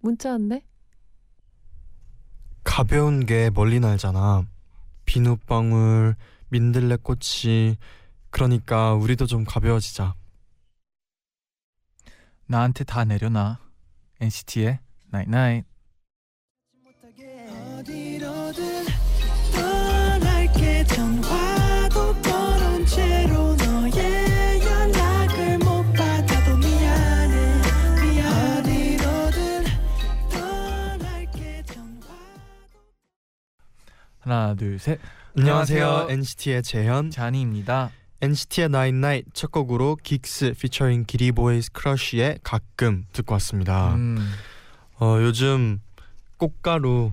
문자 왔네. 가벼운 게 멀리 날잖아. 비눗방울, 민들레꽃이 그러니까 우리도 좀 가벼워지자. 나한테 다 내려놔. NCT의 Night Night. 어디로든 떠날게 전화도 걸은 채로 너의 연락을 못 받아도 미안해 미안해 어디로든 떠날게 전화 하나, 둘, 셋. 안녕하세요. 안녕하세요. NCT의 재현, 잔이입니다. NCT의 Nine Night 첫 곡으로 긱스 피처링 기리보이스 크러쉬의 가끔 듣고 왔습니다. 음, 어, 요즘 꽃가루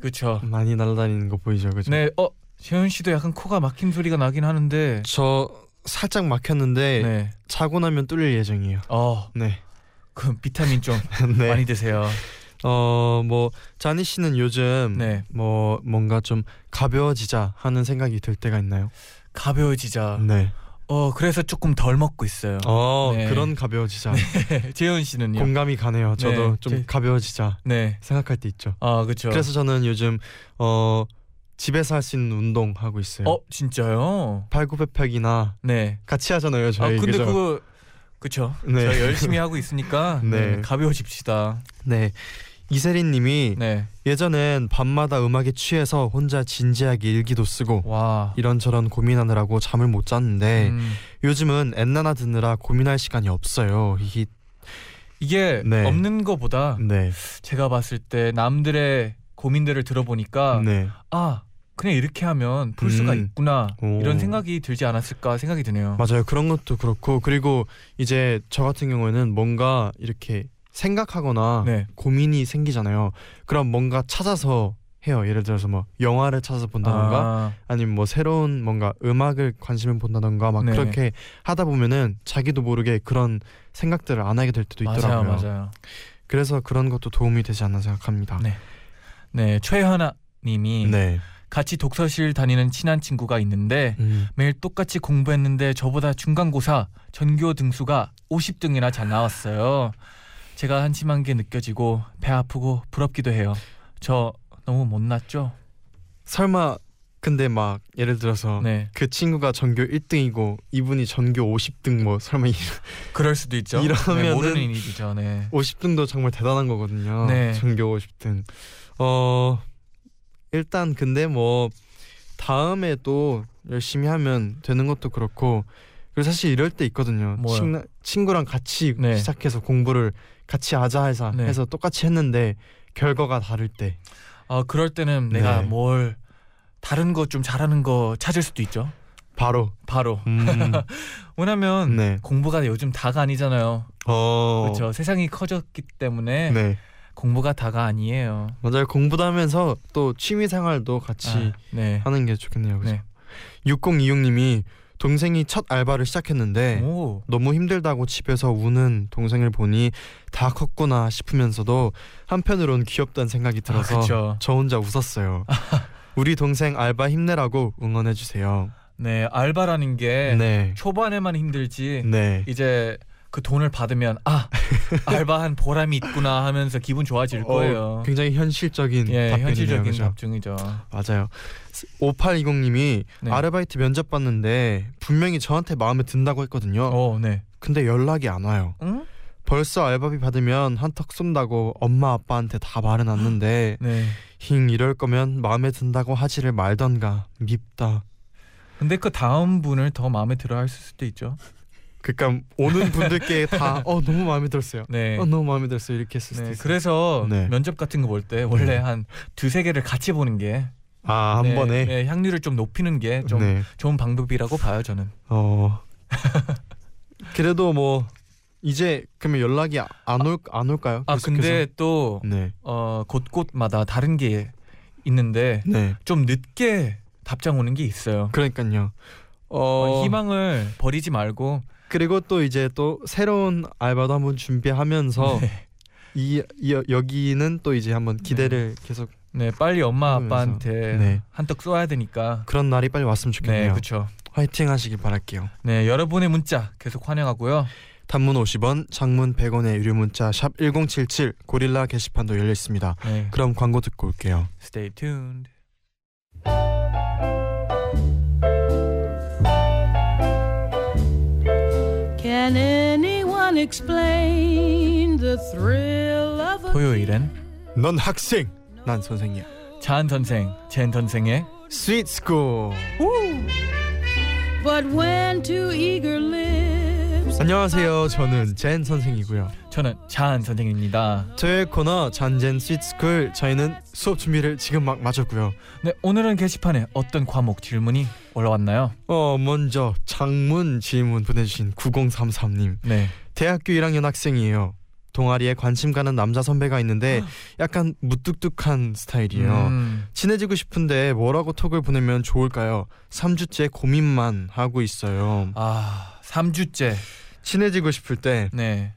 그쵸. 많이 날아다니는 거 보이죠, 음, 그죠? 네, 어 재현 씨도 약간 코가 막힌 소리가 나긴 하는데. 저 살짝 막혔는데 네. 자고 나면 뚫릴 예정이에요. 어, 네. 그럼 비타민 좀 네. 많이 드세요. 어, 뭐 자니 씨는 요즘 네. 뭐 뭔가 좀 가벼워지자 하는 생각이 들 때가 있나요? 가벼워지자. 네. 어, 그래서 조금 덜 먹고 있어요. 어 네. 그런 가벼워지자 재현 씨는요? 공감이 가네요. 저도 네, 좀 제- 가벼워지자 네. 생각할 때 있죠. 아, 그쵸. 그래서 저는 요즘 어 집에서 할 수 있는 운동 하고 있어요. 어, 진짜요? 팔굽혀펴기나 네. 같이 하잖아요. 아, 저희 근데 그죠? 그거 그쵸. 네. 저희 열심히 하고 있으니까 네. 음, 가벼워집시다. 네. 이세린님이 네. 예전엔 밤마다 음악에 취해서 혼자 진지하게 일기도 쓰고 와. 이런저런 고민하느라고 잠을 못 잤는데 음, 요즘은 엔나나 듣느라 고민할 시간이 없어요. 이 이게 네. 없는 거보다 네. 제가 봤을 때 남들의 고민들을 들어보니까 네. 아 그냥 이렇게 하면 풀 수가 음. 있구나 오. 이런 생각이 들지 않았을까 생각이 드네요. 맞아요. 그런 것도 그렇고 그리고 이제 저 같은 경우에는 뭔가 이렇게 생각하거나 네. 고민이 생기잖아요. 그럼 뭔가 찾아서 해요. 예를 들어서 뭐 영화를 찾아서 본다던가 아. 니면뭐 새로운 뭔가 음악을 관심을 본다던가 막 네. 그렇게 하다 보면은 자기도 모르게 그런 생각들을 안 하게 될 때도 맞아요, 있더라고요. 맞아요. 그래서 그런 것도 도움이 되지 않나 생각합니다. 네. 네, 최현아님이 네. 같이 독서실 다니는 친한 친구가 있는데 음. 매일 똑같이 공부했는데 저보다 중간고사 전교 등수가 50등이나 잘 나왔어요. 제가 한심한 게 느껴지고 배 아프고 부럽기도 해요. 저 너무 못났죠? 설마 근데 막 예를 들어서 네, 그 친구가 전교 1등이고 이분이 전교 50등 뭐 설마 이 그럴 수도 있죠. 네, 이러면은- 모르는 일이죠. 네. 50등도 정말 대단한 거거든요. 네. 전교 50등. 어 일단 근데 뭐 다음에 또 열심히 하면 되는 것도 그렇고 그리고 사실 이럴 때 있거든요. 뭐요? 친, 친구랑 같이 네. 시작해서 공부를 같이 하자 해서 네. 해서 똑같이 했는데 결과가 다를 때. 아 그럴 때는 내가 네. 뭘 다른 거 좀 잘하는 거 찾을 수도 있죠. 바로. 바로 음, 왜냐면 네. 공부가 요즘 다가 아니잖아요. 어. 그렇죠. 세상이 커졌기 때문에 네. 공부가 다가 아니에요. 맞아요. 공부도 하면서 또 취미 생활도 같이 아, 네. 하는 게 좋겠네요. 그죠? 네. 6026님이 동생이 첫 알바를 시작했는데 오. 너무 힘들다고 집에서 우는 동생을 보니 다 컸구나 싶으면서도 한편으론 귀엽다는 생각이 아, 들어서 그쵸. 저 혼자 웃었어요. 우리 동생 알바 힘내라고 응원해 주세요. 네 알바라는 게 네. 초반에만 힘들지 네. 이제 그 돈을 받으면 아 알바한 보람이 있구나 하면서 기분 좋아질 거예요. 어, 굉장히 현실적인 예 답변이네요. 현실적인 그죠? 답중이죠. 맞아요. 5820님이 네. 아르바이트 면접 봤는데 분명히 저한테 마음에 든다고 했거든요. 어 네. 근데 연락이 안 와요. 응? 벌써 알바비 받으면 한턱 쏜다고 엄마 아빠한테 다 말해놨는데 네. 힝 이럴 거면 마음에 든다고 하지를 말던가 밉다. 근데 그 다음 분을 더 마음에 들어 할 수도 있죠. 그러니까 오는 분들께 다 어 너무 마음에 들었어요. 네. 어 너무 마음에 들었어요 이렇게 했을 수도 네, 있어요. 그래서 네. 면접 같은 거 볼 때 원래 네. 한 두세 개를 같이 보는 게 아한 네, 번에 네, 확률을 좀 높이는 게 좀 네. 좋은 방법이라고 봐요 저는. 어 그래도 뭐 이제 그러면 연락이 안 올 안 올까요? 아 계속해서? 근데 또 네. 어, 곳곳마다 다른 게 있는데 네. 좀 늦게 답장 오는 게 있어요. 그러니까요. 어, 어, 희망을 버리지 말고 그리고 또 이제 또 새로운 알바도 한번 준비하면서 네. 이, 이 여- 여기는 또 이제 한번 기대를 계속 네, 빨리 엄마 음, 그러면서, 아빠한테 네. 한턱 쏘아야 되니까. 그런 날이 빨리 왔으면 네, 좋겠네요. 그렇죠. 화이팅 하시길 바랄게요. 네, 여러분의 문자 계속 환영하고요. 단문 50원, 장문 100원의 유료 문자 샵 #1077 고릴라 게시판도 열려 있습니다. 네, 그럼 광고 듣고 올게요. stay tuned. Can anyone explain the thrill of a 토요일엔 넌 학생, 난 선생이야. 자한 선생, 젠 선생의 스윗 스쿨. But when two eager lips 안녕하세요. 저는 젠 선생이고요. 저는 자한 선생입니다. 저의 코너 잔젠 스윗 스쿨. 저희는 수업 준비를 지금 막 마쳤고요. 네, 오늘은 게시판에 어떤 과목 질문이 올라왔나요? 어, 먼저 장문 질문 보내주신 9033님. 네, 대학교 1학년 학생이에요. 동아리에 관심 가는 남자 선배가 있는데 약간 무뚝뚝한 스타일이에요. 아. 음, 친해지고 싶은데 뭐라고 톡을 보내면 좋을까요? 3주째 고민만 하고 있어요. 아, 3주째. 친해지고 싶을 때 네,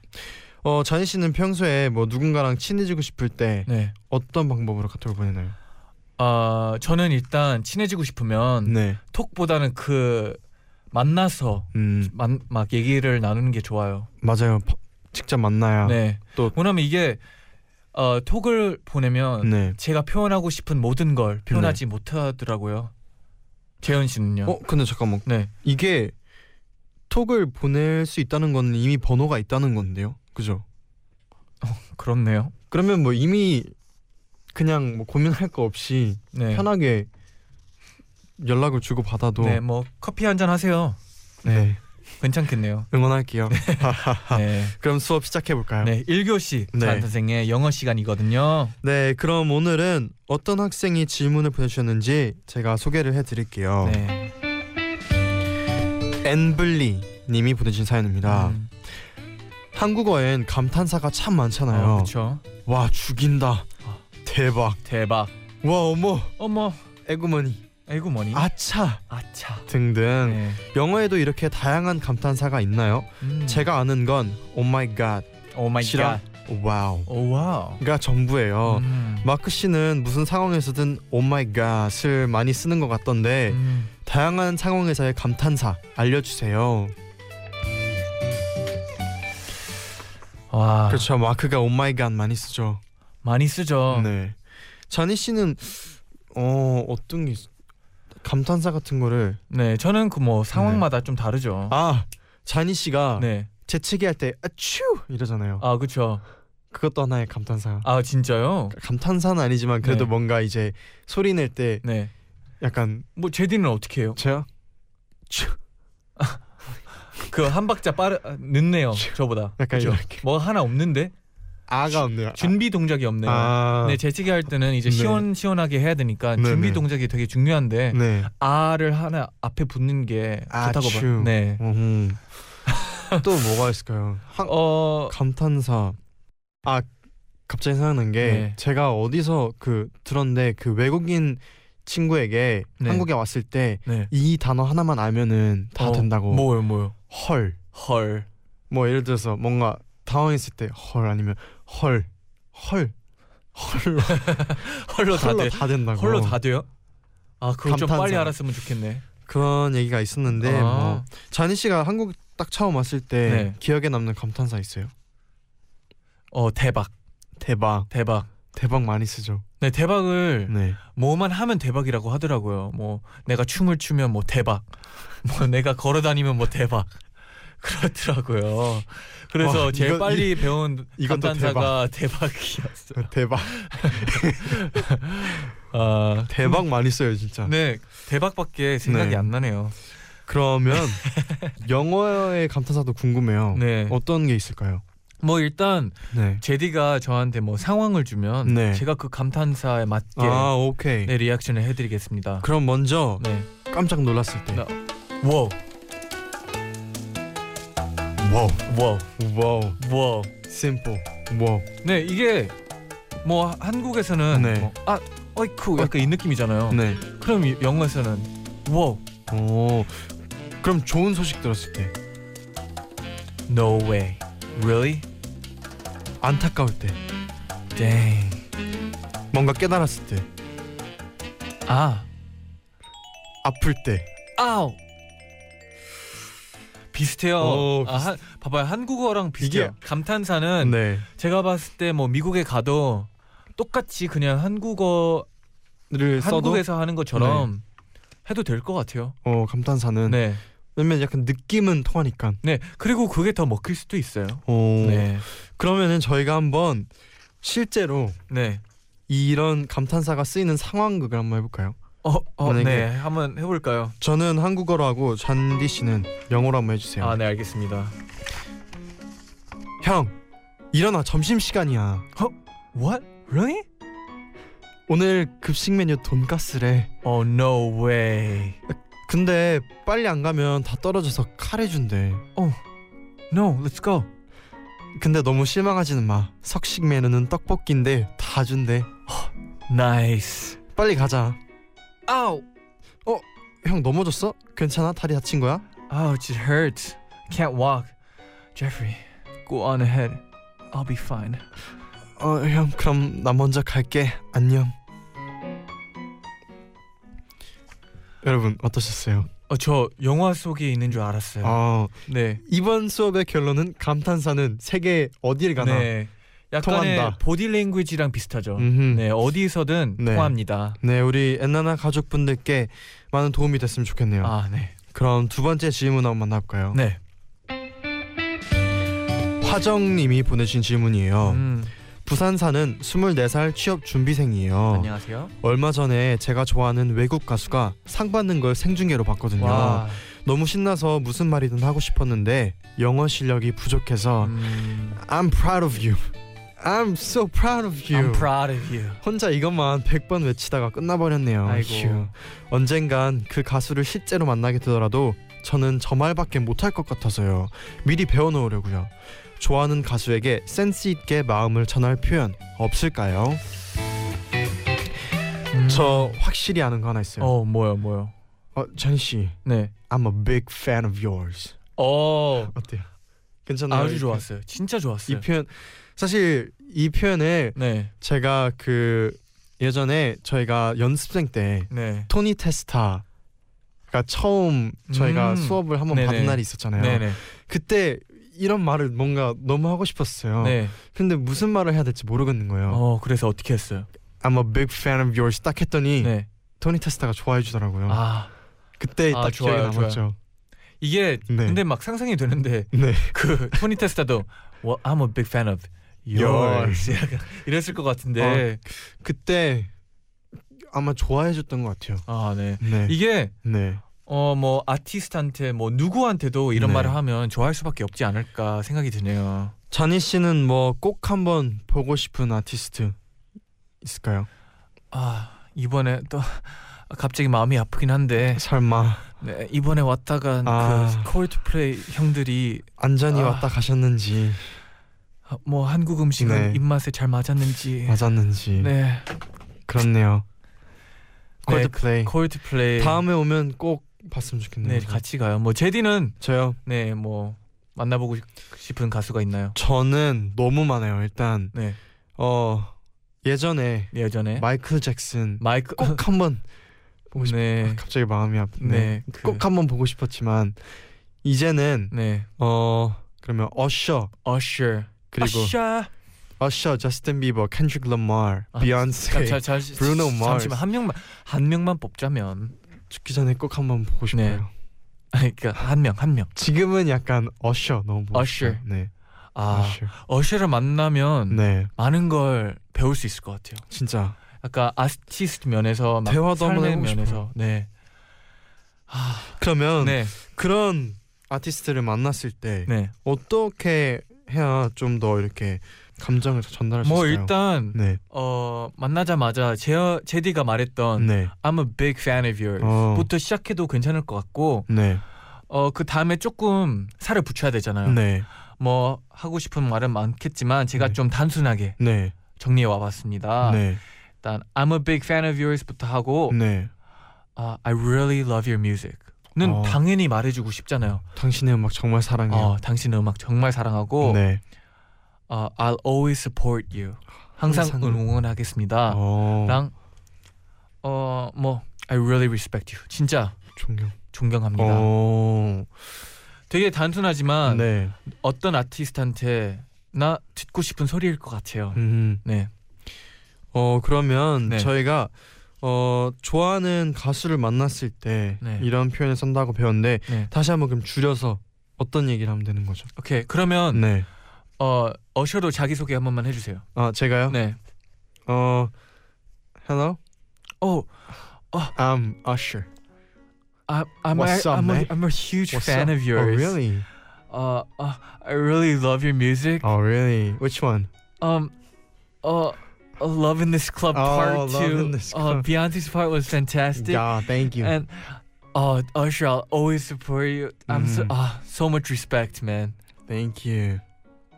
어, 자니 씨는 평소에 뭐 누군가랑 친해지고 싶을 때 네. 어떤 방법으로 카톡을 보내나요? 아, 저는 일단 친해지고 싶으면 네. 톡보다는 그 만나서 음, 만, 막 얘기를 나누는 게 좋아요. 맞아요. 바- 직접 만나야. 네. 또- 왜냐면 이게 어, 톡을 보내면 네. 제가 표현하고 싶은 모든 걸 표현하지 못하더라고요. 재현 씨는요? 어, 근데 잠깐만. 네. 이게 톡을 보낼 수 있다는 건 이미 번호가 있다는 건데요. 그죠? 그렇네요. 그러면 뭐 이미 그냥 뭐 고민할 거 없이 네. 편하게 연락을 주고 받아도 네, 네. 뭐 커피 한 잔 하세요. 괜찮겠네요. 응원할게요. 네. 그럼 수업 시작해 볼까요? 네, 네. 1교시 아, 네. 네. 선생의 영어 시간이거든요. 그럼 오늘은 어떤 학생이 질문을 보내주셨는지 제가 소개를 해드릴게요. 네. 엠블리 님이 보내주신 사연입니다. 음, 한국어엔 감탄사가 참 많잖아요. 어, 그렇죠. 와 죽인다. 아. 대박. 대박. 와 어머. 어머, 에구머니. 아이고 뭐니? 아차 음. 아차. 등등. 음. 네. 영어에도 이렇게 다양한 감탄사가 있나요? 음. 제가 아는 건 Oh my God, 오 마이 싫어. 갓. Wow 오 와우. 가 전부예요. 음. 마크 씨는 무슨 상황에서든 Oh my God을 많이 쓰는 것 같던데 음. 다양한 상황에서의 감탄사 알려주세요. 와. 그렇죠. 마크가 Oh my God 많이 쓰죠. 많이 쓰죠. 네. 자니 씨는 어 어떤 게 있- 감탄사 같은 거를 네, 저는 그 뭐 상황마다 좀 다르죠. 네. 아 자니 씨가 네. 재채기 할때 아츄 이러잖아요. 아, 그렇죠. 그것도 하나의 감탄사. 아, 진짜요? 감탄사는 아니지만 그래도 네. 뭔가 이제 소리 낼 때 네. 약간 뭐 제디는 어떻게 해요? 제가 그 한 박자 빠르 아, 늦네요. 저보다. 약간 그죠? 이렇게 뭐 하나 없는데? 아가 없네요. 준비 동작이 없네요. 아, 네, 재치기 할 때는 이제 네. 시원시원하게 해야 되니까 네, 준비 네. 동작이 되게 중요한데 네. 아를 하나 앞에 붙는 게 아, 좋다고 봐요. 츄. 네. 음. 또 뭐가 있을까요? 한, 어, 감탄사. 아 갑자기 생각난 게 네. 제가 어디서 그 들었는데 그 외국인 친구에게 네. 한국에 왔을 때 이 네. 단어 하나만 알면은 다 어, 된다고. 뭐요, 뭐요? 헐. 헐. 뭐 예를 들어서 뭔가 당황했을 때 헐 아니면 헐. 헐. 헐로 헐로 다 헐로 돼. 다 된다고. 헐로 다 돼요? 아, 그거 좀 감탄사. 빨리 알았으면 좋겠네. 그런 얘기가 있었는데 아. 뭐 자니 씨가 한국 딱 처음 왔을 때 네. 기억에 남는 감탄사 있어요? 어, 대박. 대박. 대박. 대박 많이 쓰죠. 네, 대박을 네. 뭐만 하면 대박이라고 하더라고요. 뭐 내가 춤을 추면 뭐 대박. 뭐 내가 걸어 다니면 뭐 대박. 그렇더라고요. 그래서 와, 제일 이거- 빨리 배운 이것도 감탄사가 대박. 이었어요 대박. 아, 대박 많이 써요 진짜. 네, 대박밖에 생각이 네. 안 나네요. 그러면 영어의 감탄사도 궁금해요. 네, 어떤 게 있을까요? 뭐 일단 네. 제디가 저한테 뭐 상황을 주면 네. 제가 그 감탄사에 맞게 아 오케이. 네 리액션을 해드리겠습니다. 그럼 먼저 네, 깜짝 놀랐을 때 나- 워, 와우 와우 와우 와우. 심플 와우 네 이게 뭐 한국에서는 네. 뭐, 아 어이쿠 약간 이 느낌이잖아요. 네. 그럼 이- 영어에서는 와우 오 그럼 좋은 소식 들었을 때 no way really 안타까울 때 dang 뭔가 깨달았을 때 아 아플 때 아우 비슷해요. 오, 아, 한- 봐봐요 한국어랑 비슷해요. 이게- 감탄사는 네. 제가 봤을 때 뭐 미국에 가도 똑같이 그냥 한국어 를 써도 네. 한국에서 하는 것처럼 해도 될 것 같아요. 어 감탄사는 네. 왜냐면 약간 느낌은 통하니까 네. 그리고 그게 더 먹힐 수도 있어요. 오 네. 그러면은 저희가 한번 실제로 네. 이런 감탄사가 쓰이는 상황극을 한번 해볼까요? 어, 어 만약에- 네. 한번 해 볼까요? 저는 한국어로 하고 잔디 씨는 영어로 한번 해주세요. 아, 네, 알겠습니다. 형 일어나 점심 시간이야. What? Really? 오늘 급식 메뉴 돈가스래. Oh, no way. 근데 빨리 안 가면 다 떨어져서 카레 준대. No, let's go. 근데 너무 실망하지는 마. 석식 메뉴는 떡볶이인데 다 준대. Nice. 빨리 가자. 어, Ow. 형 넘어졌어? 괜찮아? 다리 다친 거야? Ouch, Oh, it hurts. Can't walk. Jeffrey, go on ahead. I'll be fine. 어, 형 그럼 나 먼저 갈게. 안녕. 여러분 어떠셨어요? 어, 저 영화 속에 있는 줄 알았어요. 아, 네. 이번 수업의 결론은 감탄사는 세계 어딜 가나. 네. 네. 약간의 통한다. 보디 랭귀지랑 비슷하죠. 음. 네. 네, 어디서든 네. 통합니다. 우리 엔나나 가족분들께 많은 도움이 됐으면 좋겠네요. 어. 아, 네. 그럼 두 번째 질문 한번 만나볼까요? 네. 화정님이 보내신 질문이에요. 음, 부산 사는 24살 취업 준비생이에요. 안녕하세요. 얼마 전에 제가 좋아하는 외국 가수가 상 받는 걸 생중계로 봤거든요. 와. 너무 신나서 무슨 말이든 하고 싶었는데 영어 실력이 부족해서 음, I'm proud of you. I'm so proud of you. I'm proud of you. 혼자 이것만 100번 외치다가 끝나버렸네요. 휴. 아이고. 언젠간 그 가수를 실제로 만나게 되더라도 저는 저 말밖에 못할 것 같아서요. 미리 배워놓으려고요. 좋아하는 가수에게 센스 있게 마음을 전할 표현 없을까요? 음. 저 확실히 아는 거 하나 있어요. 어, 뭐요, 뭐요. 어, 잔 씨, 네. I'm a big fan of yours. 어, 어때요? 괜찮나요? 아주 이 표현? 좋았어요. 진짜 이 좋았어요. 표현 사실 이 표현에 네, 제가 그 예전에 저희가 연습생 때 네, 토니 테스타가 처음 저희가 음. 수업을 한번 네네. 받은 날이 있었잖아요. 네, 네, 그때 이런 말을 뭔가 너무 하고 싶었어요. 네. 근데 무슨 말을 해야 될지 모르겠는 거예요. 어, 그래서 어떻게 했어요? I'm a big fan of yours 딱 했더니 네. 토니 테스타가 좋아해 주더라고요. 아, 그때 아, 딱 좋아요, 기억이 남았죠. 이게 네. 근데 막 상상이 되는데 네. 그 토니 테스타도 well, I'm a big fan of yours 약간 이랬을 것 같은데. 그때 아마 좋아해 줬던 것 같아요. 아, 네. 네. 이게 네. 어 뭐 아티스트한테 뭐 누구한테도 이런 네. 말을 하면 좋아할 수밖에 없지 않을까 생각이 드네요. 자니 씨는 뭐 꼭 한번 보고 싶은 아티스트 있을까요? 아 이번에 또 갑자기 마음이 아프긴 한데 설마 네, 이번에 왔다간 아. 그 콜드플레이 형들이 안전히 아. 왔다 가셨는지 뭐 한국 음식은 네. 입맛에 잘 맞았는지 맞았는지 네 그렇네요. 네, 콜드플레이 콜드플레이 다음에 음. 오면 꼭 봤으면 좋겠네요. 네 같이 가요. 뭐 제디는 저요. 네 뭐 만나보고 싶은 가수가 있나요? 저는 너무 많아요. 일단 네 어 예전에 예전에 마이클 잭슨 마이크 꼭 한번 보고 싶. 음. 네. 갑자기 마음이 아프네. 네, 그- 꼭 한번 보고 싶었지만 이제는 네 어 그러면 어셔 어셔 그리고 네. 어셔 어셔, 저스틴 비버, 켄드릭 라마, 아, 비욘세 자, 자, 자, Bruno Mars. 잠시만 한 명만 한 명만 뽑자면 죽기 전에 꼭 한번 보고 싶어요. 네. 아니, 그러니까 한 명 한 명. 지금은 약간 어셔 너무 보고 Usher. 싶어요. 네. 아 어셔. 어셔를 만나면 네. 많은 걸 배울 수 있을 것 같아요. 진짜 아까 아티스트 면에서 막 대화도 한번 삶의 해보고 면에서 싶어요. 음. 네. 그러면 네, 그런 아티스트를 만났을 때 네. 어떻게 해야 좀 더 이렇게 감정을 전달할 수 뭐 있어요? 일단 네. 어 만나자마자 제 제디가 말했던 네. I'm a big fan of yours. 어. 부터 시작해도 괜찮을 것 같고 네. 어 그 다음에 조금 살을 붙여야 되잖아요. 네. 뭐 하고 싶은 말은 많겠지만 제가 네. 좀 단순하게 네. 정리해 와봤습니다. 네. 일단 I'm a big fan of yours부터 하고 네. 아, I really love your music는 어. 당연히 말해주고 싶잖아요. 당신의 음악 정말 사랑해요. 어, 당신의 음악 정말 사랑하고 네. 어, I'll always support you 항상, 항상. 응원하겠습니다. 어. 랑 어 뭐 I really respect you 진짜 존경. 존경합니다. 어. 되게 단순하지만 네. 어떤 아티스트한테 나 듣고 싶은 소리일 것 같아요. 음. 네, 어 그러면 네. 저희가 어 좋아하는 가수를 만났을 때 네. 이런 표현을 쓴다고 배웠는데 네. 다시 한번 그럼 줄여서 어떤 얘기를 하면 되는 거죠? 오케이 그러면 네. 어 어셔도 자기 소개 한 번만 해주세요. 아 제가요? 네. 어 Hello, Oh, I'm Usher. Oh, I'm 아, I'm What's a, up, I'm, a, man? I'm a huge What's fan up? of yours. Oh really? Uh, uh, I really love your music. Oh really? Which one? Um, uh, uh, Love in This Club Oh, Part Love Two. in This Uh, Club. Beyonce's part was fantastic. Yeah, thank you. And uh, Usher, I'll always support you. I'm so Mm. uh, so much respect, man. thank you.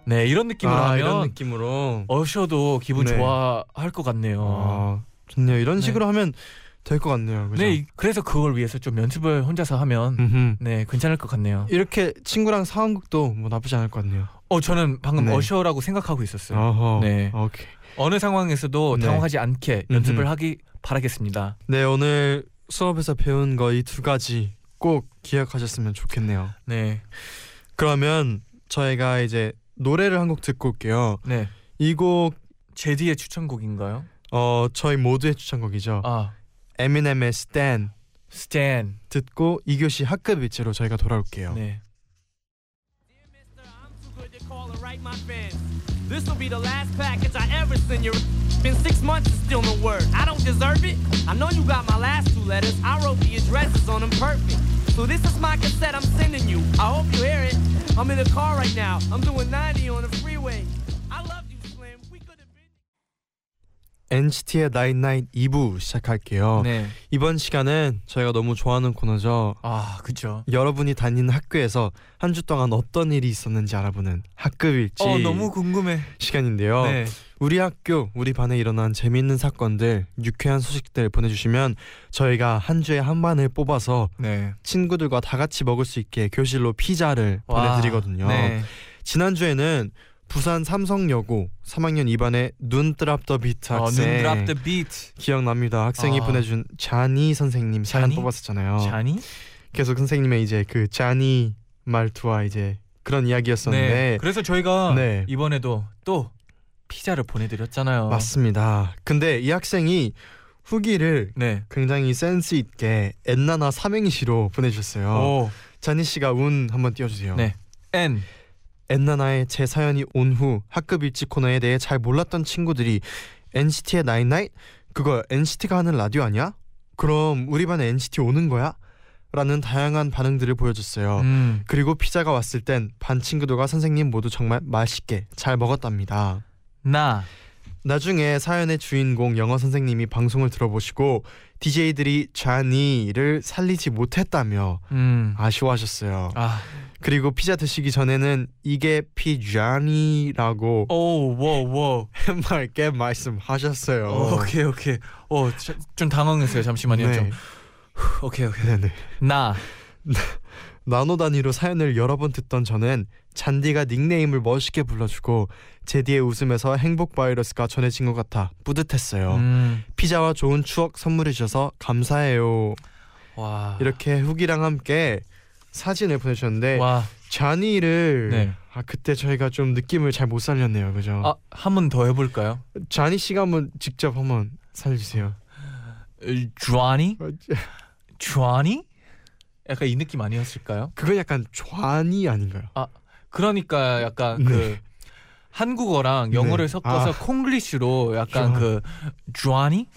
네 이런 느낌으로 아 하면 이런 느낌으로. 어셔도 기분 네. 좋아할 것 같네요. 아 좋네요. 이런 어. 네. 식으로 하면 될 것 같네요. 그죠? 네, 그래서 그걸 위해서 좀 연습을 혼자서 하면 음흠. 네 괜찮을 것 같네요. 이렇게 친구랑 상황극도 뭐 나쁘지 않을 것 같네요. 어 저는 방금 네. 어셔라고 생각하고 있었어요. 어허. 네. 오케이. 어느 상황에서도 네. 당황하지 않게 연습을 음흠. 하기 바라겠습니다. 네 오늘 수업에서 배운 거 이 두 가지 꼭 기억하셨으면 좋겠네요. 네, 그러면 저희가 이제 노래를 한 곡 듣고 올게요. 네. 이 곡 제디의 추천곡인가요? 어, 저희 모두의 추천곡이죠. 아, 에미넴의 Stan Stan. 듣고 2교시 학급 일지로 저희가 돌아올게요. 네. This will be the last package I ever send you. Been six months and still no word. I don't deserve it. I know you got my last two letters. I wrote the addresses on them perfect. So this is my cassette I'm sending you. I hope you hear it. I'm in the car right now. I'm doing 90 on the freeway. I love you, Slim. We could have been. NCT의 Nine Night 2부 시작할게요. 네. 이번 시간은 저희가 너무 좋아하는 코너죠. 아, 그쵸. 여러분이 다니는 학교에서 한 주 동안 어떤 일이 있었는지 알아보는 학급 일지 어, 너무 궁금해. 시간인데요. 네. 우리 학교 우리 반에 일어난 재미있는 사건들 유쾌한 소식들 보내주시면 저희가 한 주에 한 반을 뽑아서 네. 친구들과 다 같이 먹을 수 있게 교실로 피자를 와, 보내드리거든요 네. 지난주에는 부산 삼성여고 3학년 2반의 눈뜨랍더 비트 어, 학생 눈 drop the beat. 기억납니다 학생이 아. 보내준 자니 선생님 사연 자니? 뽑았었잖아요 샤니? 계속 선생님의 이제 그 자니 말투와 이제 그런 이야기였었는데 그래서 저희가 네. 이번에도 또 피자를 보내드렸잖아요. 맞습니다 근데 이 학생이 후기를 네. 굉장히 센스 있게 엔나나 삼행시로 보내주셨어요. 오. 자니 씨가 운 한번 띄워주세요. 네. N. 엔나나의 제 사연이 온 후 학급 일지 코너에 대해 잘 몰랐던 친구들이 NCT의 나인 나이 그거 NCT가 하는 라디오 아니야? 그럼 우리 반에 NCT 오는 거야? 라는 다양한 반응들을 보여줬어요. 음. 그리고 피자가 왔을 땐 반 친구들과 선생님 모두 정말 맛있게 잘 먹었답니다. 나. 나중에 사연의 주인공 영어 선생님이 방송을 들어보시고 DJ들이 자니를 살리지 못했다며 음. 아쉬워하셨어요. 아. 그리고 피자 드시기 전에는 이게 피자니라고 오, 워, 워. 맑게 말씀하셨어요. 네. 오케이, 오케이. 오, 저- 좀 당황했어요. 잠시만요. 좀. 오케이, 오케이. 네네. 나. 나노 단위로 사연을 여러 번 듣던 저는 잔디가 닉네임을 멋있게 불러주고 제디의 웃음에서 행복 바이러스가 전해진 것 같아 뿌듯했어요. 음. 피자와 좋은 추억 선물해 주셔서 감사해요. 와. 이렇게 후기랑 함께 사진을 보내주셨는데 와. 자니를 네. 아 그때 저희가 좀 느낌을 잘 못 살렸네요 그죠 아, 한 번 더 해볼까요? 자니 씨가 한번 직접 한번 살려주세요 주아니? 어, 주아니? 약간 이 느낌 아니었을까요? 그건 약간 좌니 아닌가요 어, 그러니까 약간 네. 그 한국어랑 영어를 네. 섞어서 콩글리쉬로 약간 주아- 그 주아니?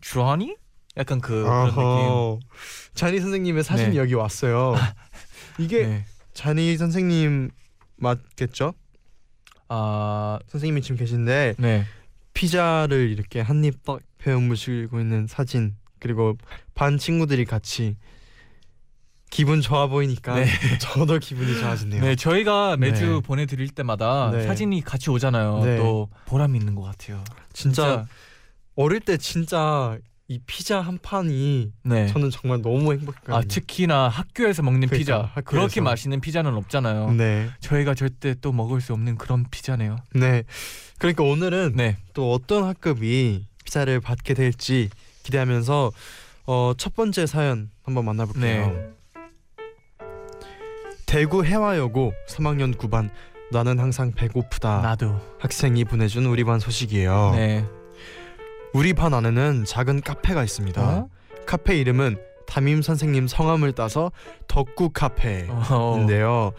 주아니? 약간 그 그런 느낌. 어허. 자니 선생님의 사진 네. 여기 왔어요 이게 네. 자니 선생님 맞겠죠 아, 선생님이 지금 계신데 네. 피자를 이렇게 한입 딱 베어 무시고 있는 사진 그리고 반 친구들이 같이 기분 좋아 보이니까 네. 저도 기분이 좋아지네요. 네, 저희가 매주 네. 보내드릴 때마다 네. 사진이 같이 오잖아요. 네. 또 보람 있는 것 같아요. 진짜 어릴 때 진짜 이 피자 한 판이 네. 저는 정말 너무 행복했거든요. 아 특히나 학교에서 먹는 그러니까, 피자 학교에서. 그렇게 맛있는 피자는 없잖아요. 네. 저희가 절대 또 먹을 수 없는 그런 피자네요. 네. 그러니까 오늘은 네, 또 어떤 학급이 피자를 받게 될지 기대하면서 어, 첫 번째 사연 한번 만나볼게요. 네. 대구 해화여고 3학년 9반 나는 항상 배고프다 나도. 학생이 보내준 우리 반 소식이에요. 네. 우리 반 안에는 작은 카페가 있습니다. 어? 카페 이름은 담임 선생님 성함을 따서 덕구 카페인데요. 어.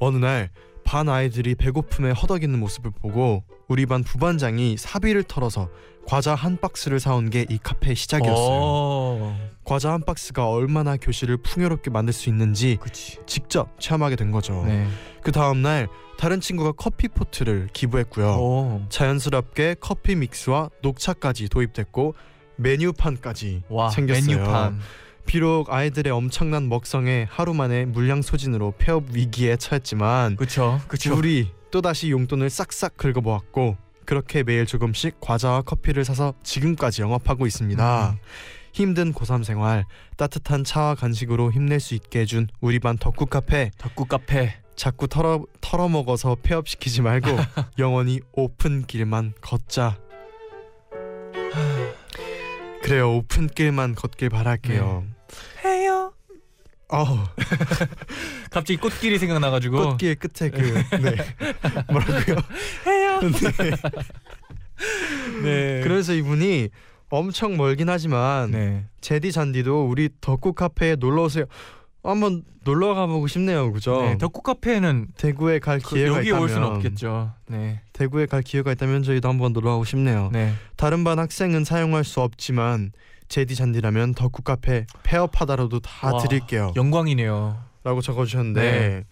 어느 날 반 아이들이 배고픔에 허덕이는 모습을 보고 우리 반 부반장이 사비를 털어서 과자 한 박스를 사온 게 이 카페의 시작이었어요. 어. 과자 한 박스가 얼마나 교실을 풍요롭게 만들 수 있는지 그렇지. 직접 체험하게 된 거죠. 네. 그 다음 날 다른 친구가 커피 포트를 기부했고요. 오. 자연스럽게 커피 믹스와 녹차까지 도입됐고 메뉴판까지 와. 생겼어요. 메뉴판. 비록 아이들의 엄청난 먹성에 하루 만에 물량 소진으로 폐업 위기에 처했지만 그렇죠. 그렇죠. 둘이 또다시 용돈을 싹싹 긁어모았고 그렇게 매일 조금씩 과자와 커피를 사서 지금까지 영업하고 있습니다. 음. 힘든 고3 생활 따뜻한 차와 간식으로 힘낼 수 있게 해준 우리 반 덕후 카페 덕구 카페. 자꾸 털어 털어 먹어서 폐업시키지 말고 영원히 오픈 길만 걷자. 그래요 오픈 길만 걷길 바랄게요. 네. 어, 해요. 아우 갑자기 꽃길이 생각나가지고. 꽃길 끝에 그 네. 뭐라고요? 해요. 네. 네. 그래서 이분이 엄청 멀긴 하지만 네. 제디 잔디도 우리 덕후 카페에 놀러 오세요. 한번 놀러 가보고 싶네요, 그죠? 네. 덕구 카페는 대구에 갈 그, 기회가 여기 있다면 올 수는 없겠죠. 네. 대구에 갈 기회가 있다면 저희도 한번 놀러 가고 싶네요. 네. 다른 반 학생은 사용할 수 없지만 제디 잔디라면 덕후 카페 폐업하다라도 다 와, 드릴게요. 영광이네요. 라고 적어주셨는데 네.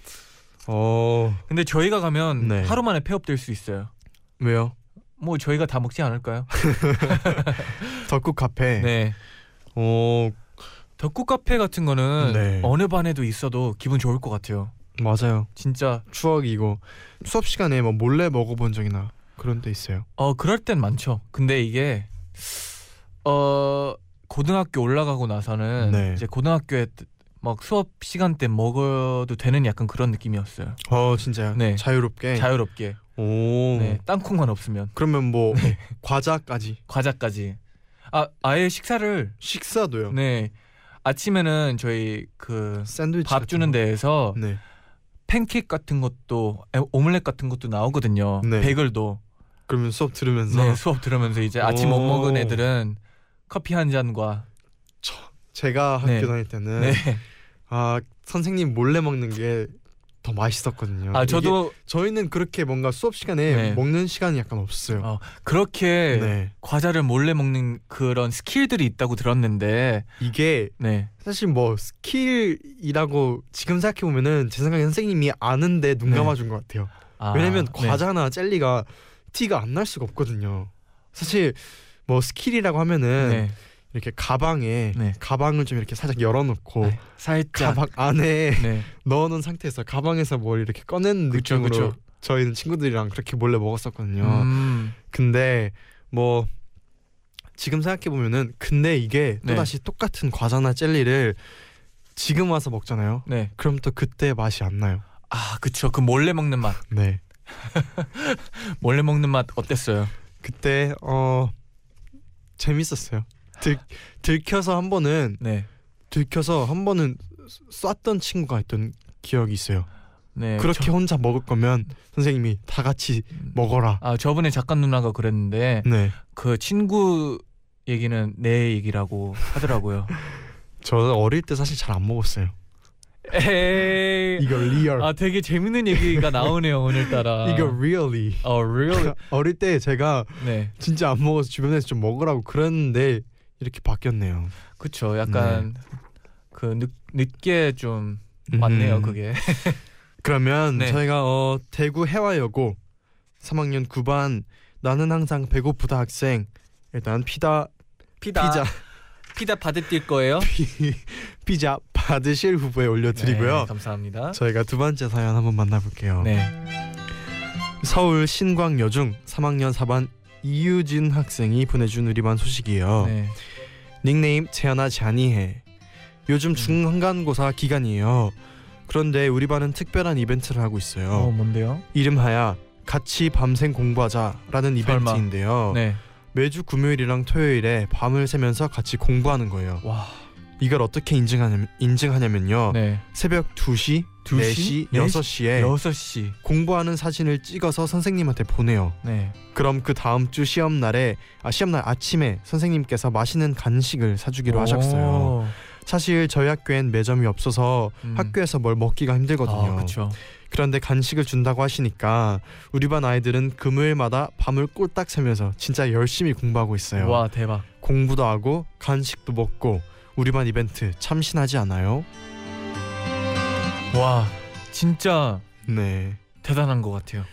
어 근데 저희가 가면 네. 하루 만에 폐업될 수 있어요. 왜요? 뭐 저희가 다 먹지 않을까요? 덕후 카페. 네. 어 덕후 카페 같은 거는 네. 어느 반에도 있어도 기분 좋을 것 같아요. 맞아요. 진짜 추억이고 수업 시간에 뭐 몰래 먹어본 적이나 그런 데 있어요. 어 그럴 땐 많죠. 근데 이게 어 고등학교 올라가고 나서는 네. 이제 고등학교에 막 수업 시간 때 먹어도 되는 약간 그런 느낌이었어요. 어 진짜요? 네. 자유롭게. 자유롭게. 예. 오. 네. 땅콩만 없으면 그러면 뭐 과자까지 과자까지. 아 아예 식사를 식사도요. 네 아침에는 저희 그 밥 샌드위치 같은 주는 거. 데에서 네. 팬케이크 같은 것도 에, 오믈렛 같은 것도 나오거든요. 네. 베글도 그러면 수업 들으면서 네, 수업 들으면서 이제 아침 못 오. 먹은 애들은 커피 한 잔과 제가 학교 네. 다닐 때는 네. 아 선생님 몰래 먹는 게 더 맛있었거든요. 아 이게 저도 저희는 그렇게 뭔가 수업 시간에 네. 먹는 시간이 약간 없어요. 어, 그렇게 네. 과자를 몰래 먹는 그런 스킬들이 있다고 들었는데 이게 네. 사실 뭐 스킬이라고 지금 생각해 보면은 제 생각에 선생님이 아는데 눈 네. 감아준 것 같아요. 아, 왜냐면 네. 과자나 젤리가 티가 안 날 수가 없거든요. 사실 뭐 스킬이라고 하면은 네. 이렇게 가방에 네. 가방을 좀 이렇게 살짝 열어놓고 네. 살짝 뭐 가방 안에 네. 넣어놓은 상태에서 가방에서 뭘 이렇게 꺼내는 그쵸, 느낌으로 그쵸. 저희는 친구들이랑 그렇게 몰래 먹었었거든요. 음, 근데 뭐 지금 생각해 보면은 근데 이게 네. 또 다시 똑같은 과자나 젤리를 지금 와서 먹잖아요. 네. 그럼 또 그때 맛이 안 나요. 아, 그쵸. 그 몰래 먹는 맛. 네. 몰래 먹는 맛 어땠어요? 그때 어 재밌었어요. 들 들켜서 한 번은 네. 들켜서 한 번은 쐈던 친구가 있던 기억이 있어요. 네. 그렇게 저, 혼자 먹을 거면 선생님이 다 같이 먹어라. 아, 저번에 작가 누나가 그랬는데 네. 그 친구 얘기는 내 얘기라고 하더라고요. 저는 어릴 때 사실 잘 안 먹었어요. 에이. 이거 리얼. 아, 되게 재밌는 얘기가 나오네요, 오늘따라. 이거 really. 어, really? 어릴 때 제가 네. 진짜 안 먹어서 주변에서 좀 먹으라고 그랬는데 이렇게 바뀌었네요. 그쵸. 약간 네. 그 늦, 늦게 좀 음. 왔네요, 그게. 그러면 네. 저희가 어, 대구 해화여고 3학년 9반 나는 항상 배고프다 학생 일단 피다 피자 피자 피자 받을 뛸 거예요? 피, 피자 파 받으실 후보에 올려드리고요. 네, 감사합니다. 저희가 두 번째 사연 한번 만나볼게요. 네. 서울 신광여중 3학년 4반 이유진 학생이 보내준 우리반 소식이에요. 네. 닉네임 재현아 자니해. 요즘 음. 중간고사 기간이에요. 그런데 우리 반은 특별한 이벤트를 하고 있어요. 어, 뭔데요? 이름하여 같이 밤샘 설마. 공부하자라는 이벤트인데요. 네. 매주 금요일이랑 토요일에 밤을 새면서 같이 공부하는 거예요. 와. 이걸 어떻게 인증하냐면, 인증하냐면요. 네. 새벽 2시, 2시, 4시, 6시에 6시. 공부하는 사진을 찍어서 선생님한테 보내요. 네. 그럼 그 다음 주 시험 날에 아 시험 날 아침에 선생님께서 맛있는 간식을 사주기로 하셨어요. 오. 사실 저희 학교엔 매점이 없어서 음. 학교에서 뭘 먹기가 힘들거든요. 아, 그렇죠. 그런데 간식을 준다고 하시니까 우리 반 아이들은 금요일마다 밤을 꼴딱 새면서 진짜 열심히 공부하고 있어요. 와, 대박. 공부도 하고 간식도 먹고 우리 반 이벤트 참신하지 않아요? 와. 진짜 네. 대단한 것 같아요.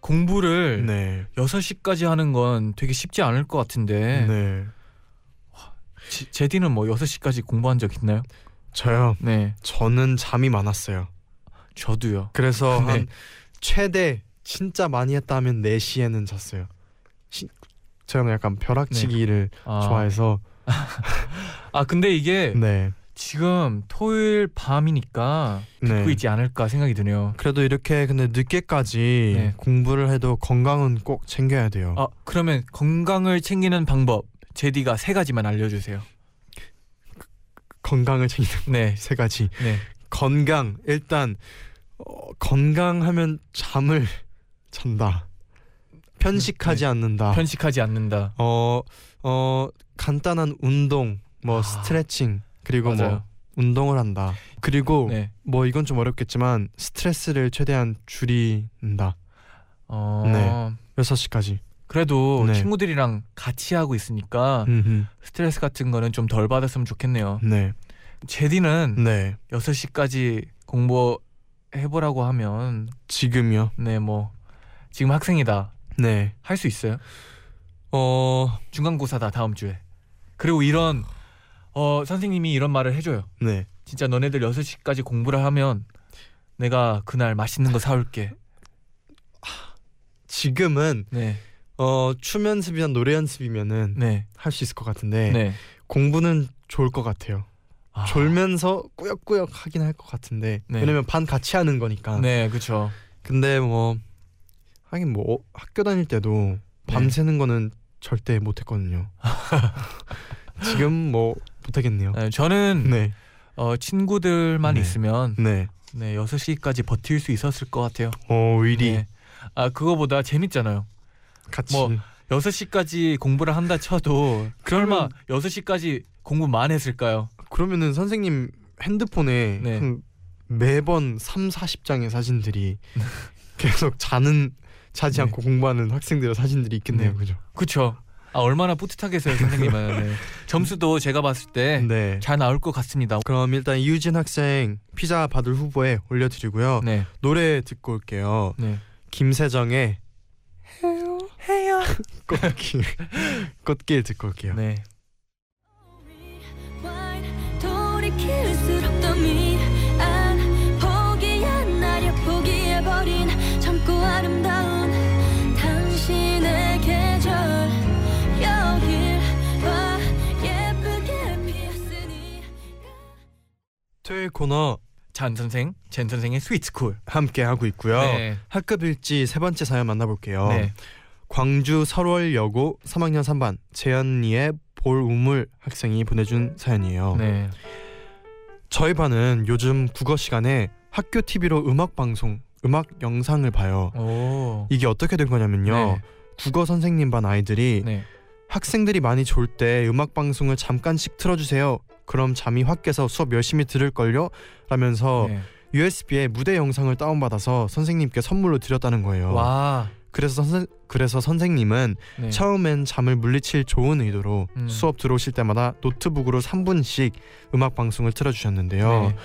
공부를 네. 6시까지 하는 건 되게 쉽지 않을 것 같은데 네. 지- 제디는 뭐 6시까지 공부한 적 있나요? 저요. 네 저는 잠이 많았어요. 저도요 그래서 네. 한 최대 진짜 많이 했다 하면 4시에는 잤어요. 시, 저는 약간 벼락치기를 아, 좋아해서 아 근데 이게 네. 지금 토요일 밤이니까 네. 듣고 있지 않을까 생각이 드네요 그래도 이렇게 근데 늦게까지 네. 공부를 해도 건강은 꼭 챙겨야 돼요. 아 그러면 건강을 챙기는 방법 제디가 세 가지만 알려주세요 건강을 챙기는 네, 세 가지. 네. 건강 일단 어, 건강하면 잠을 잔다. 편식하지 않는다. 네. 편식하지 않는다 어, 어 간단한 운동, 뭐 아, 스트레칭 그리고 뭐 맞아요 운동을 한다. 그리고 네. 뭐 이건 좀 어렵겠지만 스트레스를 최대한 줄인다. 어, 네. 6시까지. 그래도 네. 친구들이랑 같이 하고 있으니까 음흠. 스트레스 같은 거는 좀 덜 받았으면 좋겠네요 네. 제디는 네. 6시까지 공부해보라고 하면 지금요. 네 뭐 지금 학생이다 네. 할 수 있어요? 어, 중간고사다 다음 주에 그리고 이런 어 선생님이 이런 말을 해줘요 네. 진짜 너네들 6시까지 공부를 하면 내가 그날 맛있는 거 사올게 지금은 네네네 어, 춤 연습이나 노래 연습이면은 네. 할 수 있을 것 같은데 공부는 좋을 것 같아요. 아, 네. 졸면서 꾸역꾸역 하긴 할 것 같은데 네. 왜냐면 반 같이 하는 거니까. 네 그쵸 근데 뭐 하긴 뭐 어, 학교 다닐 네. 때도 밤새는 거는 절대 못했거든요. 지금 뭐 못하겠네요. 네, 저는 네, 어, 친구들만 네. 있으면 네. 네 6시까지 버틸 수 있었을 것 같아요 어, 의리 네. 아 그거보다 재밌잖아요 같이. 뭐, 6시까지 공부를 한다 쳐도 음. 설마 6시까지 공부만 했을까요? 그러면은 선생님 핸드폰에 네. 한 매번 3, 40장의 사진들이 계속 자는 자지 네. 않고 공부하는 학생들의 사진들이 있겠네요. 네. 그죠? 그쵸? 아 얼마나 뿌듯하겠어요 선생님은 네. 점수도 제가 봤을 때 잘 네. 나올 것 같습니다 그럼 일단 이유진 학생 피자 받을 후보에 올려 드리고요. 네, 노래 듣고 올게요. 네. 김세정의 해요 해요 꽃길 꽃길 듣고 올게요. 네. 돌이킬수록 더 미안 포기한 나를 포기해버린 젊고 아름다운 당신의 계절 여길 봐 예쁘게 피었으니 토요일 코너 잔 선생, 젠 선생의 스위트쿨 함께 하고 있고요. 네. 학급 일지 세 번째 사연 만나볼게요. 네. 광주 설월여고 3학년 3반 재현이의 볼 우물 학생이 보내준 사연이에요. 네. 저희 반은 요즘 국어 시간에 학교 TV로 음악 방송, 음악 영상을 봐요. 오. 이게 어떻게 된 거냐면요. 네. 국어 선생님 반 아이들이 네. 학생들이 많이 졸 때 음악 방송을 잠깐씩 틀어주세요. 그럼 잠이 확 깨서 수업 열심히 들을걸요? 라면서 네. USB에 무대 영상을 다운받아서 선생님께 선물로 드렸다는 거예요. 와. 그래서, 선생, 그래서 선생님은 네. 처음엔 잠을 물리칠 좋은 의도로 음. 수업 들어오실 때마다 노트북으로 3분씩 음악 방송을 틀어주셨는데요. 네.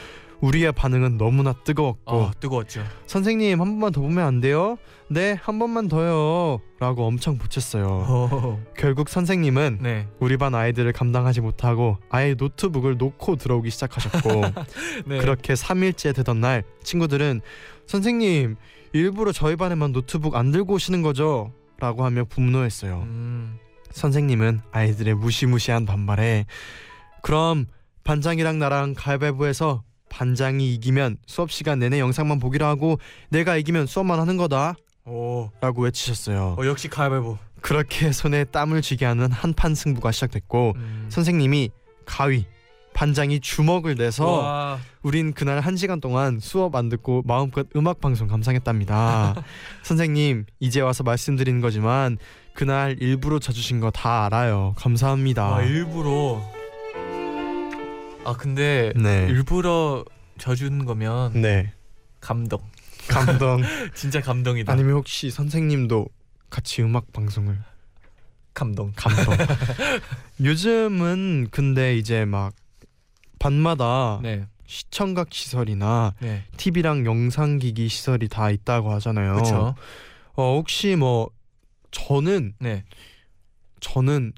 우리의 반응은 너무나 뜨거웠고 어, 뜨거웠죠. 선생님 한 번만 더 보면 안 돼요? 네 한 번만 더요 라고 엄청 붙였어요 결국 선생님은 네. 우리 반 아이들을 감당하지 못하고 아예 노트북을 놓고 들어오기 시작하셨고 네. 그렇게 3일째 되던 날 친구들은 선생님 일부러 저희 반에만 노트북 안 들고 오시는 거죠? 라고 하며 분노했어요 음, 선생님은 아이들의 무시무시한 반발에 그럼 반장이랑 나랑 가위바위보해서 반장이 이기면 수업 시간 내내 영상만 보기로 하고 내가 이기면 수업만 하는 거다 오, 라고 어. 외치셨어요 어, 역시 가위바위보. 그렇게 손에 땀을 쥐게 하는 한판 승부가 시작됐고 음. 선생님이 가위 반장이 주먹을 내서 와, 우린 그날 한 시간 동안 수업 안 듣고 마음껏 음악 방송 감상했답니다. 선생님 이제 와서 말씀드리는 거지만 그날 일부러 쳐주신 거 다 알아요. 감사합니다. 와, 일부러. 아 근데 네, 일부러 져준 거면 네 감동. 감동. 진짜 감동이다. 아니면 혹시 선생님도 같이 음악 방송을 감동. 감동. 요즘은 근데 이제 막 반마다 네, 시청각 시설이나 네, TV랑 영상기기 시설이 다 있다고 하잖아요. 그렇죠. 어, 혹시 뭐 저는 네, 저는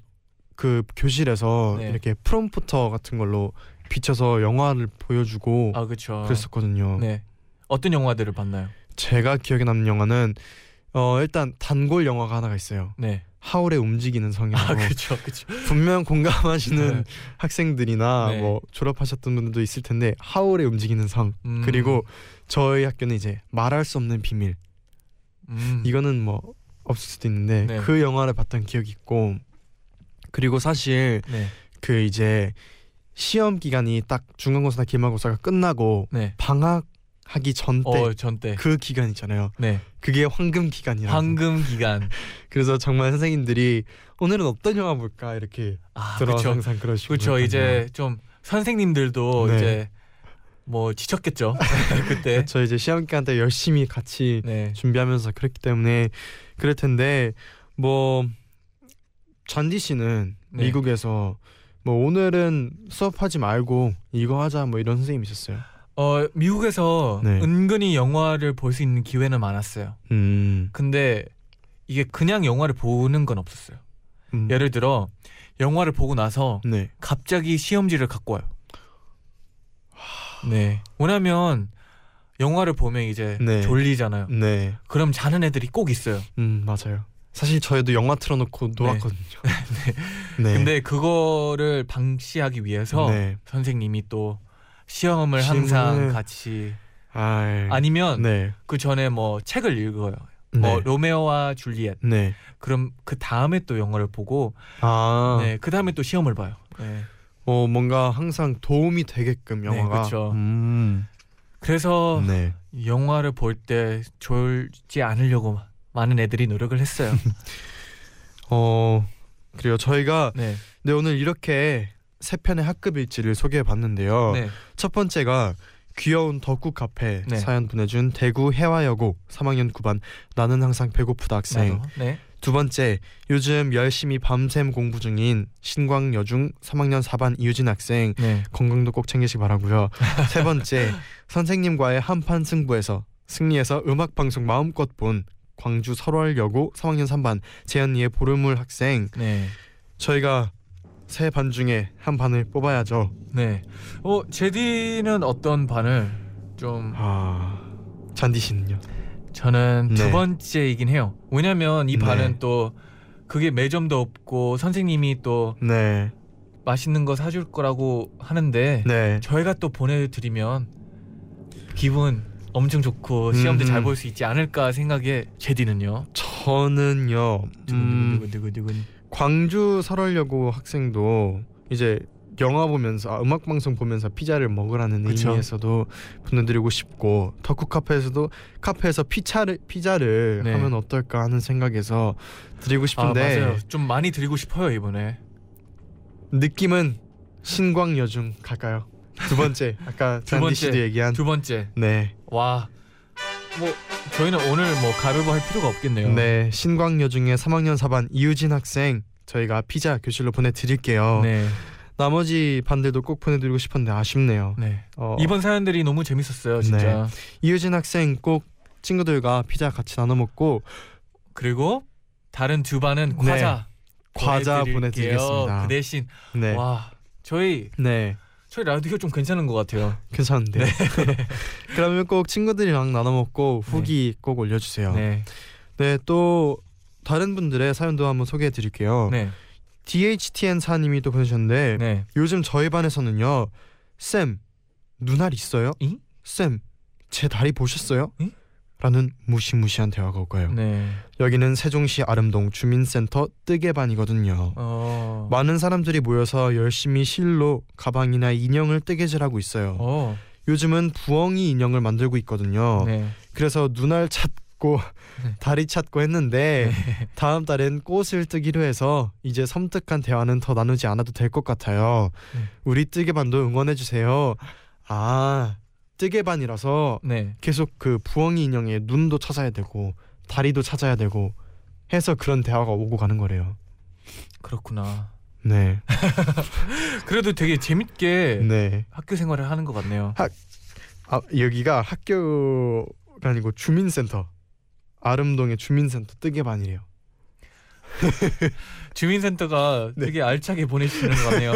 그 교실에서 네. 이렇게 프롬프터 같은 걸로 비춰서 영화를 보여주고 아 그렇죠. 어. 그랬었거든요. 네, 어떤 영화들을 봤나요? 제가 기억에 남는 영화는 어 일단 단골 영화가 하나가 있어요. 네, 하울의 움직이는 성이라고 아 그렇죠, 그렇죠. 분명 공감하시는 네. 학생들이나 네. 뭐 졸업하셨던 분들도 있을 텐데 하울의 움직이는 성 음, 그리고 저희 학교는 이제 말할 수 없는 비밀 음, 이거는 뭐 없을 수도 있는데 네. 그 영화를 봤던 기억이 있고 그리고 사실 네, 그 이제 시험 기간이 딱 중간고사나 기말고사가 끝나고 네, 방학하기 전 때 그 어 전때, 기간 있잖아요. 네, 그게 황금 기간이라고. 황금 기간. 그래서 정말 선생님들이 오늘은 어떤 영화 볼까 이렇게 아 들어서 그렇죠, 항상 그러시고 그렇죠. 이제 좀 선생님들도 네. 이제 뭐 지쳤겠죠 그때. 저 이제 시험 기간 때 열심히 같이 네, 준비하면서 그랬기 때문에 그럴 텐데 뭐 잔디 씨는 네. 미국에서 뭐 오늘은 수업하지 말고 이거 하자 뭐 이런 선생님 있었어요. 어 미국에서 네. 은근히 영화를 볼 수 있는 기회는 많았어요. 음. 근데 이게 그냥 영화를 보는 건 없었어요. 음. 예를 들어 영화를 보고 나서 네. 갑자기 시험지를 갖고 와요. 네. 왜냐면 영화를 보면 이제 네. 졸리잖아요. 네. 그럼 자는 애들이 꼭 있어요. 음, 맞아요. 사실 저희도 영화 틀어놓고 놀았거든요. 네. 근데 그거를 방치하기 위해서 네. 선생님이 또 시험을 시험을- 항상 같이 아, 아니면 네. 그 전에 뭐 책을 읽어요. 네. 뭐 로메오와 줄리엣. 네. 그럼 그 다음에 또 영화를 보고 아, 네, 그 다음에 또 시험을 봐요. 네. 어 뭔가 항상 도움이 되게끔 영화가. 그쵸. 어. 음, 그래서 네. 영화를 볼 때 졸지 않으려고 많은 애들이 노력을 했어요. 어 그리고 저희가 네. 네 오늘 이렇게 세 편의 학급 일지를 소개해봤는데요. 네. 첫 번째가 귀여운 덕후 카페 네. 사연 보내준 대구 해화여고 3학년 9반 나는 항상 배고프다 학생. 나도. 네. 두 번째, 요즘 열심히 밤샘 공부 중인 신광여중 3학년 4반 이유진 학생 네. 건강도 꼭 챙기시기 바라고요. 세 번째, 선생님과의 한판 승부에서 승리해서 음악 방송 마음껏 본 광주 설월여고 3학년 3반 재현이의 보름물 학생 네. 저희가 세 반 중에 한 반을 뽑아야죠. 네. 어, 제디는 어떤 반을 좀 아 잔디 씨는요? 저는 네. 두 번째이긴 해요. 왜냐면 이 네. 반은 또 그게 매점도 없고 선생님이 또 네, 맛있는 거 사줄 거라고 하는데 네, 저희가 또 보내드리면 기분 엄청 좋고 시험도 음. 잘 볼 수 있지 않을까 생각에 제디는요. 저는요. 음, 두근두근두근두근. 광주 설월여고 학생도 이제 영화 보면서 아, 음악 방송 보면서 피자를 먹으라는 그쵸. 의미에서도 보내드리고 싶고 덕후 카페에서도 카페에서 피자를 피자를 네. 하면 어떨까 하는 생각에서 드리고 아 싶은데 맞아요. 좀 많이 드리고 싶어요 이번에. 느낌은 신광여중 갈까요? 두 번째 아까 잔디 번째. 씨도 얘기한 두 번째 네, 와. 뭐 저희는 오늘 뭐 가르보 할 필요가 없겠네요. 네 신광여중의 3학년 4반 이유진 학생 저희가 피자 교실로 보내드릴게요. 네. 나머지 반들도 꼭 보내드리고 싶었는데 아쉽네요. 네. 어, 네. 이번 사연들이 너무 재밌었어요, 진짜. 이유진 학생 꼭 친구들과 피자 같이 나눠 먹고 그리고 다른 두 반은 네. 과자 과자 보내드릴게요. 보내드리겠습니다. 그 대신 네, 와 저희 네, 저희 라디오 좀 괜찮은 것 같아요. 네. 괜찮은데요. 그러면 꼭 친구들이랑 나눠 먹고 후기 꼭 올려주세요. 네. 네, 또 다른 분들의 사연도 한번 소개해드릴게요. 네, DHTN 사님이 또 보내셨는데 네. 요즘 저희 반에서는요 쌤 눈알 있어요? 잉? 쌤제 다리 보셨어요? 잉? 라는 무시무시한 대화가 올 거예요 네. 여기는 세종시 아름동 주민센터 뜨개반이거든요 어. 많은 사람들이 모여서 열심히 실로 가방이나 인형을 뜨개질하고 있어요 어. 요즘은 부엉이 인형을 만들고 있거든요 네. 그래서 눈알 찾고 네. 다리 찾고 했는데 다음 달엔 꽃을 뜨기로 해서 이제 섬뜩한 대화는 더 나누지 않아도 될 것 같아요. 네. 우리 뜨개반도 응원해 주세요. 아 뜨개반이라서 네. 계속 그 부엉이 인형의 눈도 찾아야 되고 다리도 찾아야 되고 해서 그런 대화가 오고 가는 거래요. 그렇구나. 네, 그래도 되게 재밌게 네. 학교 생활을 하는 것 같네요. 아 여기가 학교가 아니고 주민센터 아름동의 주민센터 뜨개반이래요. 주민센터가 네. 되게 알차게 보내주시는 것 같네요.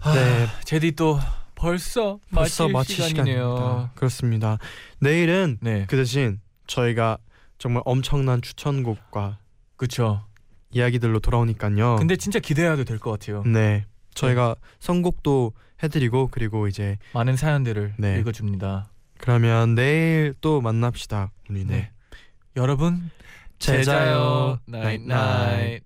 아, 네. 제디 또 벌써 마칠 시간이네요. 시간입니다. 그렇습니다. 내일은 네, 그 대신 저희가 정말 엄청난 추천곡과 그렇죠. 이야기들로 돌아오니까요. 근데 진짜 기대해도 될 것 같아요. 네 저희가 선곡도 해드리고 그리고 이제 많은 사연들을 네. 읽어줍니다. 그러면 내일 또 만납시다 우리 네. 네 여러분 제자요 나잇나잇